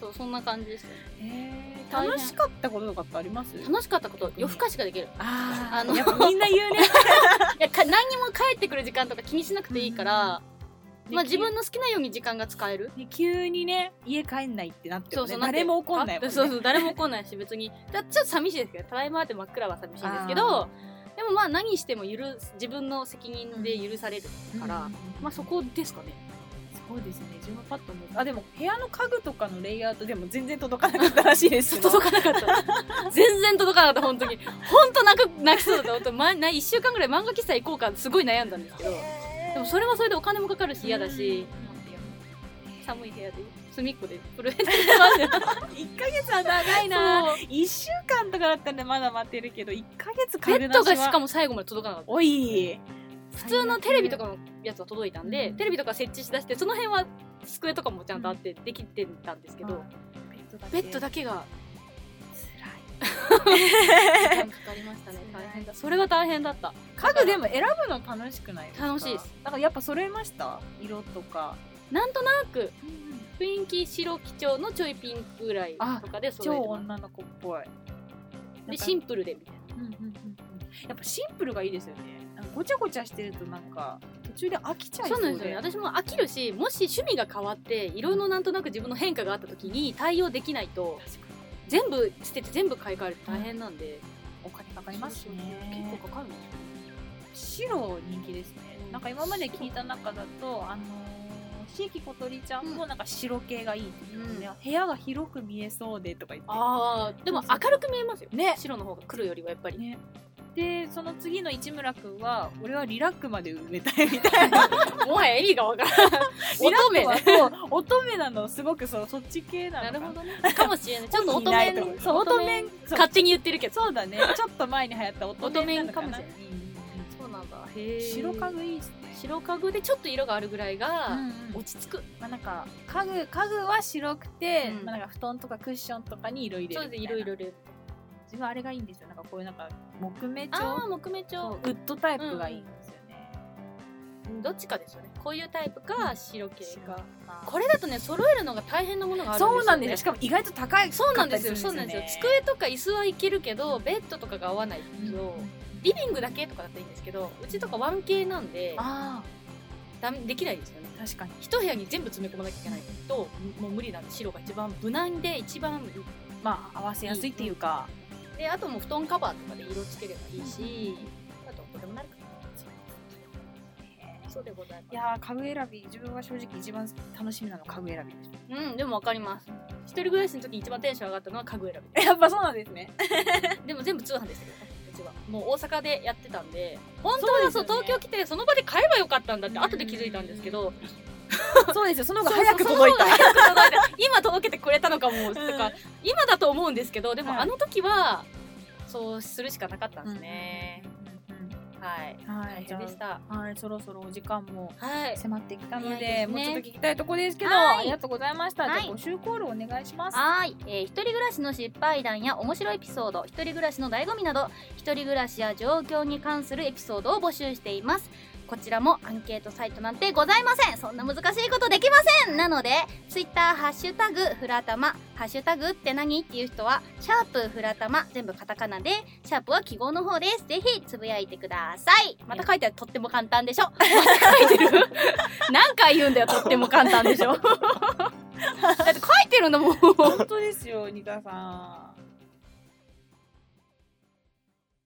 [SPEAKER 1] そうそんな感じですよ
[SPEAKER 2] えー
[SPEAKER 1] 大変
[SPEAKER 2] 楽しかったこととかってあります
[SPEAKER 1] 楽しかったこと夜更かしができる
[SPEAKER 2] あー
[SPEAKER 1] あの
[SPEAKER 2] やっぱみんな言 うね
[SPEAKER 1] いやか何にも帰ってくる時間とか気にしなくていいから、まあ、
[SPEAKER 2] で
[SPEAKER 1] 自分の好きなように時間が使える
[SPEAKER 2] で急にね家帰んないってなっても、
[SPEAKER 1] な
[SPEAKER 2] ね、
[SPEAKER 1] んて
[SPEAKER 2] 誰も怒んないもん、ね、
[SPEAKER 1] あそうそう誰も怒んないし別にだちょっと寂しいですけどただいまって真っ暗は寂しいんですけどでもまあ何しても許す自分の責任で許されるから、
[SPEAKER 2] うん
[SPEAKER 1] まあそこですかね
[SPEAKER 2] そうですね自分はパッと思うあでも部屋の家具とかのレイアウトでも全然届かなかったらしいですけ ど
[SPEAKER 1] 届かなかった 全然届かなかった本当に本当泣く泣きそうだった本当まな1週間ぐらい漫画喫茶行こうかすごい悩んだんですけどでもそれはそれでお金もかかるし嫌だし、寒い部屋で隅っこ で震えてま
[SPEAKER 2] 1ヶ月は長いな
[SPEAKER 1] す
[SPEAKER 2] 1週間とかだったらまだ待ってるけど1ヶ月
[SPEAKER 1] ペ
[SPEAKER 2] 買
[SPEAKER 1] ットがしか
[SPEAKER 2] も
[SPEAKER 1] も最後まで届かなかった
[SPEAKER 2] おい
[SPEAKER 1] 普通のテレビと
[SPEAKER 2] か
[SPEAKER 1] かのやつは届いたんで、
[SPEAKER 2] うん
[SPEAKER 1] テレビとか設置しだしてその辺は机とかもちゃんとあってできてたんですけど、ベッドだけが時間かかりましたね大変だそれは大変だった
[SPEAKER 2] 家具でも選ぶの楽しくないですか
[SPEAKER 1] 楽しいです
[SPEAKER 2] だからやっぱ揃えました色とか
[SPEAKER 1] なんとなく雰囲気白基調のちょいピンクぐらい
[SPEAKER 2] あ
[SPEAKER 1] とかで揃
[SPEAKER 2] 超
[SPEAKER 1] えてま
[SPEAKER 2] 女の子っぽい
[SPEAKER 1] すでシンプルでみたいな
[SPEAKER 2] うんうんうんうんやっぱシンプルがいいですよねなんかごちゃごちゃしてるとなんか途中で飽きちゃい
[SPEAKER 1] そ
[SPEAKER 2] そうう
[SPEAKER 1] なんですよね私も飽きるしもし趣味が変わって色のなんとなく自分の変化があった時に対応できないと全部捨てて全部買い替えるって大変なんで、
[SPEAKER 2] お金かかりますしね
[SPEAKER 1] 結構かかるんですよ
[SPEAKER 2] 白人気ですね
[SPEAKER 1] うん
[SPEAKER 2] なんか今まで聞いた中だとあのー、椎木小鳥ちゃんもなんか白系がいいって言ってたね、部屋が広く見えそうでとか言っ
[SPEAKER 1] ああでも明るく見えますよ
[SPEAKER 2] ね
[SPEAKER 1] 白の方が黒よりはやっ ぱり、
[SPEAKER 2] ねてでその次の市村君は俺はリラックまで埋めたいみたいな
[SPEAKER 1] もはや意味がわ からん
[SPEAKER 2] リラ
[SPEAKER 1] 乙女
[SPEAKER 2] ッ
[SPEAKER 1] ね
[SPEAKER 2] クはそう乙女なのすごくそうそっち系なの
[SPEAKER 1] な
[SPEAKER 2] か
[SPEAKER 1] るほどねかもしれないちょっと
[SPEAKER 2] 乙
[SPEAKER 1] 乙
[SPEAKER 2] 女
[SPEAKER 1] 女
[SPEAKER 2] いと思う
[SPEAKER 1] に
[SPEAKER 2] そう乙女そう
[SPEAKER 1] 勝手に言ってるけど
[SPEAKER 2] そうだねちょっと前に流行った乙女なの
[SPEAKER 1] 乙女か
[SPEAKER 2] かな
[SPEAKER 1] もしれない
[SPEAKER 2] うんうんうん
[SPEAKER 1] そうなんだへえ
[SPEAKER 2] 白家具いいですね
[SPEAKER 1] 白家具でちょっと色があるぐらいが
[SPEAKER 2] お
[SPEAKER 1] 落ち着く、
[SPEAKER 2] まあ、なんか家具家具は白くて、
[SPEAKER 1] うん
[SPEAKER 2] まあ、なんか布団とかクッションとかに色入れ
[SPEAKER 1] そう
[SPEAKER 2] るみ
[SPEAKER 1] です
[SPEAKER 2] たい
[SPEAKER 1] いろ
[SPEAKER 2] な
[SPEAKER 1] いろで
[SPEAKER 2] 自分あれがいいんですよなんかこういうなんか木目
[SPEAKER 1] ああ
[SPEAKER 2] 調
[SPEAKER 1] 木目調
[SPEAKER 2] ウッドタイプがいいんですよね、
[SPEAKER 1] どっちかですよねこういうタイプか白系
[SPEAKER 2] し
[SPEAKER 1] か
[SPEAKER 2] かまあ
[SPEAKER 1] これだとね揃えるのが大変なものがあるんですよ、ね、
[SPEAKER 2] そうなんですよしかも意外と高い
[SPEAKER 1] そうなんですよそうなんですよ
[SPEAKER 2] よ
[SPEAKER 1] 机とか椅子はいけるけどベッドとかが合わないけど、リビングだけとかだといいんですけどうちとか 1K なんで
[SPEAKER 2] あ
[SPEAKER 1] ダメできないですよね
[SPEAKER 2] あ確かに
[SPEAKER 1] 一部屋に全部詰め込まなきゃいけないともう無理なんで白が一番無難で一番
[SPEAKER 2] まあ合わせやすいっていうか、
[SPEAKER 1] であともう布団カバーとかで色つければいいし、あとどうでもなるかなそうでござい
[SPEAKER 2] いやー家具選び自分は正直一番楽しみなの家具選びでし
[SPEAKER 1] ますうんでもわかります一人暮らしの時に一番テンション上がったのは家具選
[SPEAKER 2] たやっぱそうなんですね
[SPEAKER 1] びでも全部通販でしたけどうちはもう大阪でやってたんで本当はそ
[SPEAKER 2] そう
[SPEAKER 1] う、
[SPEAKER 2] ですよね
[SPEAKER 1] 東京来てその場で買えばよかったんだって後で気づいたんですけど
[SPEAKER 2] そうですよその方が
[SPEAKER 1] そう
[SPEAKER 2] 早く届い
[SPEAKER 1] そ
[SPEAKER 2] た
[SPEAKER 1] うそう早く届いた今届けてくれたのかもと
[SPEAKER 2] う
[SPEAKER 1] か
[SPEAKER 2] ん
[SPEAKER 1] 今だと思うんですけどで
[SPEAKER 2] は
[SPEAKER 1] も
[SPEAKER 2] い
[SPEAKER 1] あの時はそうするしかなかったんですね、
[SPEAKER 2] うん
[SPEAKER 1] はい
[SPEAKER 2] うんは
[SPEAKER 1] 大
[SPEAKER 2] いじ
[SPEAKER 1] 変
[SPEAKER 2] ゃ
[SPEAKER 1] でした
[SPEAKER 2] あはいそろそろお時間も
[SPEAKER 1] はい
[SPEAKER 2] 迫ってきたので
[SPEAKER 1] 早いですね
[SPEAKER 2] もうちょっと聞きたいとこですけど、
[SPEAKER 5] はい
[SPEAKER 2] ありがとうございました、
[SPEAKER 5] はい
[SPEAKER 2] じゃあ募集コールお願いします
[SPEAKER 5] はーい、えー、一人暮らしの失敗談や面白いエピソード一人暮らしの醍醐味など一人暮らしや状況に関するエピソードを募集していますこちらもアンケートサイトなんてございませんそんな難しいことできませんなのでツイッターハッシュタグフラタマハッシュタグって何っていう人はシャープフラタマ全部カタカナでシャープは記号の方ですぜひつぶやいてくださいまた書いてあるとっても簡単でしょまた書い てる何回言うんだよとっても簡単でしょだって書いてるんだもん
[SPEAKER 2] 本当ですよニカさ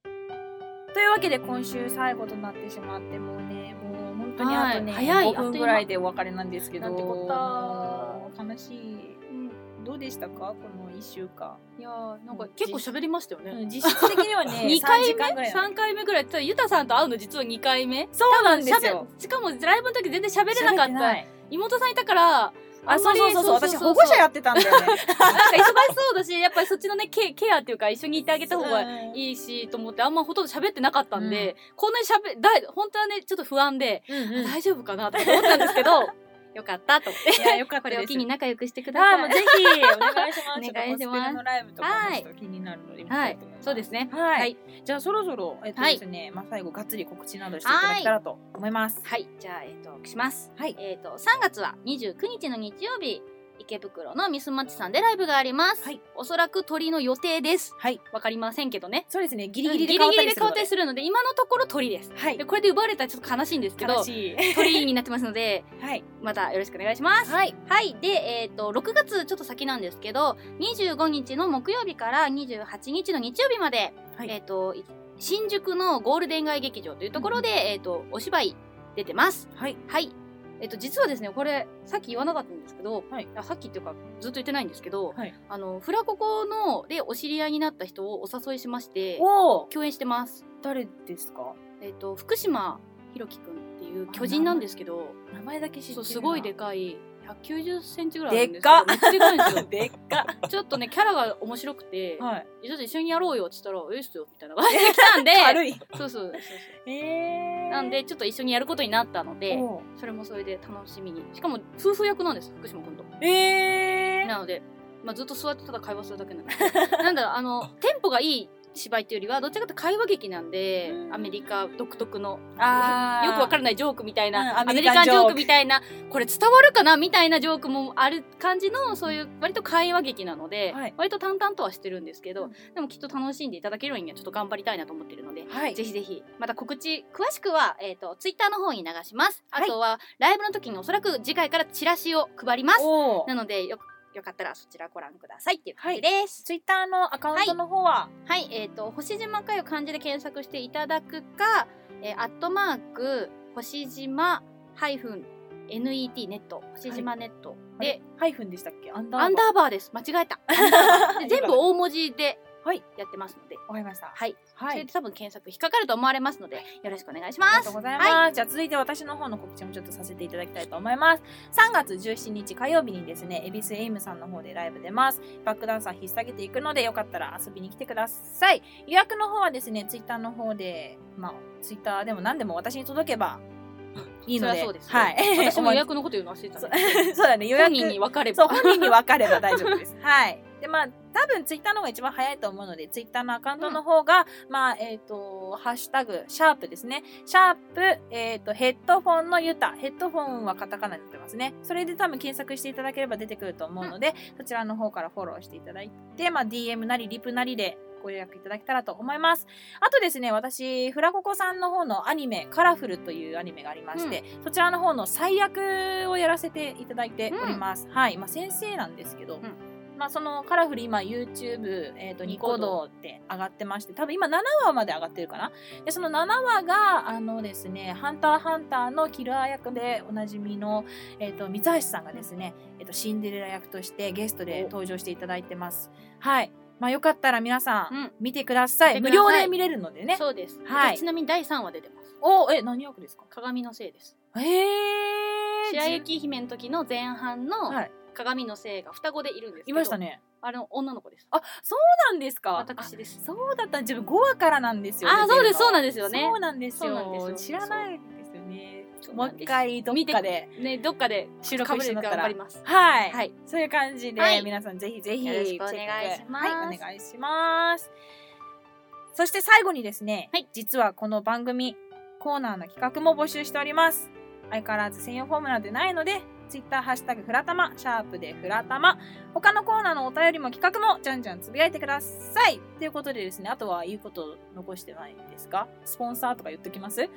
[SPEAKER 2] んというわけで今週最後となってしまってもうねもう本当にあとね、
[SPEAKER 1] はい早い
[SPEAKER 2] 5分ぐらいでお別れなんですけど
[SPEAKER 1] あっという間なんてこ
[SPEAKER 2] 悲しい、どうでしたかこの1週間、
[SPEAKER 1] いやーなんか結構喋りましたよね、
[SPEAKER 2] 実質的にはね
[SPEAKER 1] 2回
[SPEAKER 2] 3時間ぐ
[SPEAKER 1] 目
[SPEAKER 2] らいなの
[SPEAKER 1] 3回目ぐらいただゆたさんと会うの実は2回目
[SPEAKER 2] そうなんですよ
[SPEAKER 1] しかもライブの時全然喋れなか
[SPEAKER 2] 喋って
[SPEAKER 1] っ
[SPEAKER 2] な
[SPEAKER 1] た
[SPEAKER 2] い
[SPEAKER 1] 妹さんいたから
[SPEAKER 2] あそうそうそうそう私保護者
[SPEAKER 1] や
[SPEAKER 2] やってたんだよ
[SPEAKER 1] なん
[SPEAKER 2] ね
[SPEAKER 1] か忙しそうだしやっぱりそっちのねケケアっていうか一緒にいてあげた方が
[SPEAKER 2] うん
[SPEAKER 1] いいしと思ってあんまほとんど喋ってなかったんで、こんなに喋だ本当はねちょっと不安で、
[SPEAKER 2] うんうん
[SPEAKER 1] 大丈夫かなとか思ったんですけどよかったと思って
[SPEAKER 2] いや、よかっ
[SPEAKER 1] こ
[SPEAKER 2] た
[SPEAKER 1] れ
[SPEAKER 2] で
[SPEAKER 1] を
[SPEAKER 2] す。
[SPEAKER 1] 機に仲良くしてくだ
[SPEAKER 2] あーも
[SPEAKER 1] さ
[SPEAKER 2] う
[SPEAKER 1] い
[SPEAKER 2] ぜひ お願いします。
[SPEAKER 1] お願いします
[SPEAKER 2] ちょっとコスプレのライブとかもちょっと気になるので見たいと思います。
[SPEAKER 1] そうですね
[SPEAKER 2] はい。
[SPEAKER 1] はい
[SPEAKER 2] じゃあそろそろえっとですね、まあ最後がっつり告知などしていただけたらと思います。
[SPEAKER 1] はいじゃあえっ、とします
[SPEAKER 2] はい。
[SPEAKER 1] えっ、と3月は29日の日曜日池袋のミスマッチさんでライブがあります、
[SPEAKER 2] はい
[SPEAKER 1] おそらく鳥の予定です
[SPEAKER 2] はい。
[SPEAKER 1] わかりませんけどね
[SPEAKER 2] そうですね。ギ
[SPEAKER 1] ギ
[SPEAKER 2] リギリで
[SPEAKER 1] リ
[SPEAKER 2] 変わ
[SPEAKER 1] ギ
[SPEAKER 2] った
[SPEAKER 1] リ
[SPEAKER 2] り
[SPEAKER 1] です
[SPEAKER 2] る
[SPEAKER 1] 肯
[SPEAKER 2] ので。
[SPEAKER 1] 定するので今のところ鳥です
[SPEAKER 2] は
[SPEAKER 1] で
[SPEAKER 2] い。
[SPEAKER 1] これで奪われたらちょっと悲しいんですけ
[SPEAKER 2] 悲
[SPEAKER 1] ど
[SPEAKER 2] しい。
[SPEAKER 1] 鳥になってますので
[SPEAKER 2] はい。
[SPEAKER 1] またよろしくお願いします
[SPEAKER 2] はい。
[SPEAKER 1] はい。で、えっ、と、6月ちょっと先なんですけど、25日の木曜日から28日の日曜日まで、
[SPEAKER 2] はい
[SPEAKER 1] えっ、と、い新宿のゴールデン街劇場というところで、えっ、と、お芝居出てます。
[SPEAKER 2] はい。
[SPEAKER 1] はい。えっ、と、実はですね、これ、さっき言わなかったんですけど、
[SPEAKER 2] はい
[SPEAKER 1] あさっきっていうか、ずっと言ってないんですけど、
[SPEAKER 2] はい
[SPEAKER 1] あの、フラココの、でお知り合いになった人をお誘いしまして、
[SPEAKER 2] おお。
[SPEAKER 1] 共演してます。
[SPEAKER 2] 誰ですか？
[SPEAKER 1] えっ、と、福島ひろきくんっていう巨人なんですけど、
[SPEAKER 2] 名前だけ知ってる
[SPEAKER 1] そ
[SPEAKER 2] な。
[SPEAKER 1] う、すごいでかい、190センチぐらいあ
[SPEAKER 2] で
[SPEAKER 1] るんです
[SPEAKER 2] っ
[SPEAKER 1] けど
[SPEAKER 2] か、。
[SPEAKER 1] めっちゃでかいんですよ。
[SPEAKER 2] でっか。
[SPEAKER 1] ちょっとね、キャラが面白くて、
[SPEAKER 2] はい。
[SPEAKER 1] ちょっと一緒にやろうよって言 ったら、ええっすよ、みたいな感じで来たんで、
[SPEAKER 2] 軽い。
[SPEAKER 1] そうそうそうそ
[SPEAKER 2] え
[SPEAKER 1] う。
[SPEAKER 2] え。
[SPEAKER 1] なんで、ちょっと一緒にやることになったので、
[SPEAKER 2] おう。
[SPEAKER 1] それもそれで楽しみに。しかも、夫婦役なんです、福島君と。
[SPEAKER 2] ええ。
[SPEAKER 1] なので、まあ、ずっと座ってただ会話するだけなん で。なんだろう、あの、テンポがいい芝居っていうよりは、どっちかっていうと会話劇なんで、アメリカ独特の、
[SPEAKER 2] あー
[SPEAKER 1] よくわからないジョークみたいな、
[SPEAKER 2] うん
[SPEAKER 1] ア
[SPEAKER 2] ア
[SPEAKER 1] メリ
[SPEAKER 2] メリ
[SPEAKER 1] カ
[SPEAKER 2] カ
[SPEAKER 1] ン
[SPEAKER 2] ン
[SPEAKER 1] ジ
[SPEAKER 2] ジ
[SPEAKER 1] ョ
[SPEAKER 2] ョーク
[SPEAKER 1] ークみたいな、これ伝わるかなみたいなジョークもある感じの、そういう割と会話劇なので、
[SPEAKER 2] はい
[SPEAKER 1] 割と淡々とはしてるんですけど、
[SPEAKER 2] うん
[SPEAKER 1] でもきっと楽しんでいただけるようにはちょっと頑張りたいなと思ってるので、
[SPEAKER 2] はい。
[SPEAKER 1] ぜひぜひ、また告知、詳しくは、えっ、と、ツイッターの方に流します。あとは、ライブの時におそらく次回からチラシを配ります。
[SPEAKER 2] おお
[SPEAKER 1] な。のでよよかったらそちらご覧くださいっていう感じです。
[SPEAKER 2] ツイッターのアカウントの方は
[SPEAKER 1] はい、えっ、と星島かよ漢字で検索していただくか、えー、アットマーク星島ハイフン NET ネット星島ネットで、
[SPEAKER 2] でハイフンでしたっけ？アンダーバー。
[SPEAKER 1] アンダーバーです間違え たで 全部大文字で
[SPEAKER 2] はい
[SPEAKER 1] やってますので、
[SPEAKER 2] わかりました。
[SPEAKER 1] はい、
[SPEAKER 2] は
[SPEAKER 1] そ
[SPEAKER 2] い
[SPEAKER 1] れで。多分検索引っかかると思われますのでよろしくお願いし
[SPEAKER 2] あり
[SPEAKER 1] ま
[SPEAKER 2] が
[SPEAKER 1] す。
[SPEAKER 2] とうございます。じゃあ続いて私の方の告知もちょっとさせていただきたいと思います。3月17日火曜日にですね、恵比寿エイムさんの方でライブ出ます。バックダンサー引っ提げていくので、よかったら遊びに来てください。予約の方はですね、ツイッターの方で、まあ、ツイッターでも何でも私に届けばいいの
[SPEAKER 1] そり
[SPEAKER 2] で、
[SPEAKER 1] ゃそうですよ
[SPEAKER 2] はい。
[SPEAKER 1] 私も予約のこと言うの忘れてた、ね。
[SPEAKER 2] そうだね、予
[SPEAKER 1] 本
[SPEAKER 2] 約
[SPEAKER 1] 人に分かれば。
[SPEAKER 2] そう、本人に分かれば大丈夫です。はい。で、まあ、多分ツイッターの方が一番早いと思うので、ツイッターのアカウントの方が、まあ、えっ、と、ハッシュタグ、シャープですね。シャープ、えっ、と、ヘッドフォンのユタ。ヘッドフォンはカタカナになってますね。それで多分検索していただければ出てくると思うので、そちらの方からフォローしていただいて、まあ、DM なりリプなりで、ご予約いただけたらと思います。あとですね、私、フラココさんの方のアニメ、カラフルというアニメがありまして、そちらの方の最悪をやらせていただいております。はい。まあ、先生なんですけど、まあ、そのカラフル今 YouTube、えー、とニ
[SPEAKER 1] ニコ動
[SPEAKER 2] コ動って上がってまして多分今7話まで上がってるかなでその7話があのですね「ハンターハンター」のキラー役でおなじみの、えー、と三橋さんがですね、えー、とシンデレラ役としてゲストで登場していただいてますはい、まあ、よかったら皆さん、
[SPEAKER 1] うん
[SPEAKER 2] 見てください
[SPEAKER 1] 見て
[SPEAKER 2] 無
[SPEAKER 1] くだ
[SPEAKER 2] 料
[SPEAKER 1] さい
[SPEAKER 2] で見れるのでね
[SPEAKER 1] そうです。
[SPEAKER 2] はい
[SPEAKER 1] ちなみに第3話出てます。
[SPEAKER 2] おえ何役ですか
[SPEAKER 1] 鏡のせいです。
[SPEAKER 2] へえ
[SPEAKER 1] 白雪姫の時の前半の
[SPEAKER 2] はい
[SPEAKER 1] 鏡のせいが双子でいるんですけど
[SPEAKER 2] いましたね
[SPEAKER 1] あの女の子です
[SPEAKER 2] あそうなんですか
[SPEAKER 1] 私です
[SPEAKER 2] そうだった自分5話からなんですよ。
[SPEAKER 1] あーそうです
[SPEAKER 2] 出てるの
[SPEAKER 1] そうなんですよね
[SPEAKER 2] そうなんです
[SPEAKER 1] そう
[SPEAKER 2] よ。
[SPEAKER 1] なんですよ
[SPEAKER 2] 知らないですよね
[SPEAKER 1] そ。う
[SPEAKER 2] も
[SPEAKER 1] な
[SPEAKER 2] うん
[SPEAKER 1] です
[SPEAKER 2] 一回どっかで。
[SPEAKER 1] ねどっかで
[SPEAKER 2] 収録
[SPEAKER 1] 被
[SPEAKER 2] 一緒
[SPEAKER 1] る
[SPEAKER 2] になった
[SPEAKER 1] 頑
[SPEAKER 2] ら
[SPEAKER 1] 張ります
[SPEAKER 2] はい、
[SPEAKER 1] はい
[SPEAKER 2] そういう感じで、
[SPEAKER 1] はい
[SPEAKER 2] 皆さんぜひぜひ
[SPEAKER 1] よろしくお願いします
[SPEAKER 2] チェックはい、お願いします。そして最後にですね、
[SPEAKER 1] はい
[SPEAKER 2] 実はこの番組コーナーの企画も募集しております。相変わらず専用フォームなんてないので、ツイッターハッシュタグフラタマ、シャープでフラタマ、他のコーナーのお便りも企画もじゃんじゃんつぶやいてくださいということでですね、あとは言うこと残してないですかスポンサーとか言っときますいや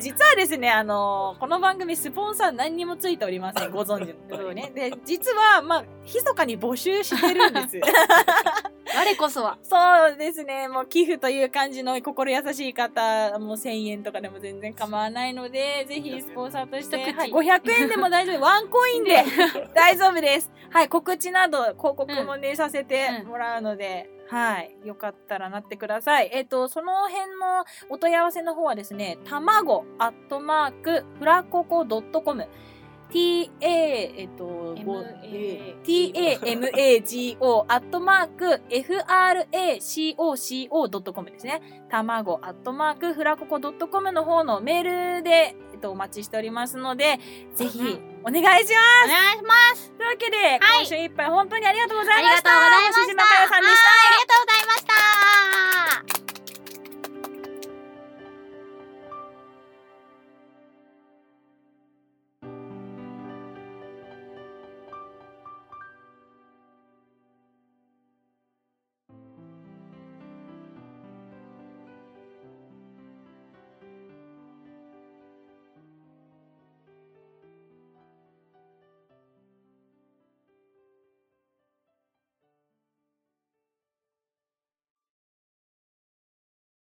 [SPEAKER 2] 実はですね、あのこの番組スポンサー何にもついておりません。ご存知の通りね。で、実は、まあ、密かに募集してるん です。
[SPEAKER 1] 我こそは
[SPEAKER 2] そうですね。もう寄付という感じの心優しい方、もう1000円とかでも全然構わないので、ぜひスポンサーとして、
[SPEAKER 1] 一口
[SPEAKER 2] はい、500円でも大丈夫。ワンコインで大丈夫です。はい、告知など広告もね、させてもらうので、はい、よかったらなってください。えっ、と、その辺のお問い合わせの方はですね、卵アットマークフラココ .com TA、えっと、ご
[SPEAKER 1] MA
[SPEAKER 2] TAMAGO アットマーク FRACOCO.com ですね。卵アットマークフラココ .com の方のメールで、えっと、お待ちしておりますので、ぜひお願
[SPEAKER 5] お
[SPEAKER 2] いします
[SPEAKER 5] 願いします
[SPEAKER 2] というわけで、今週いっぱい本当にありがとうございました
[SPEAKER 5] ありがとうございました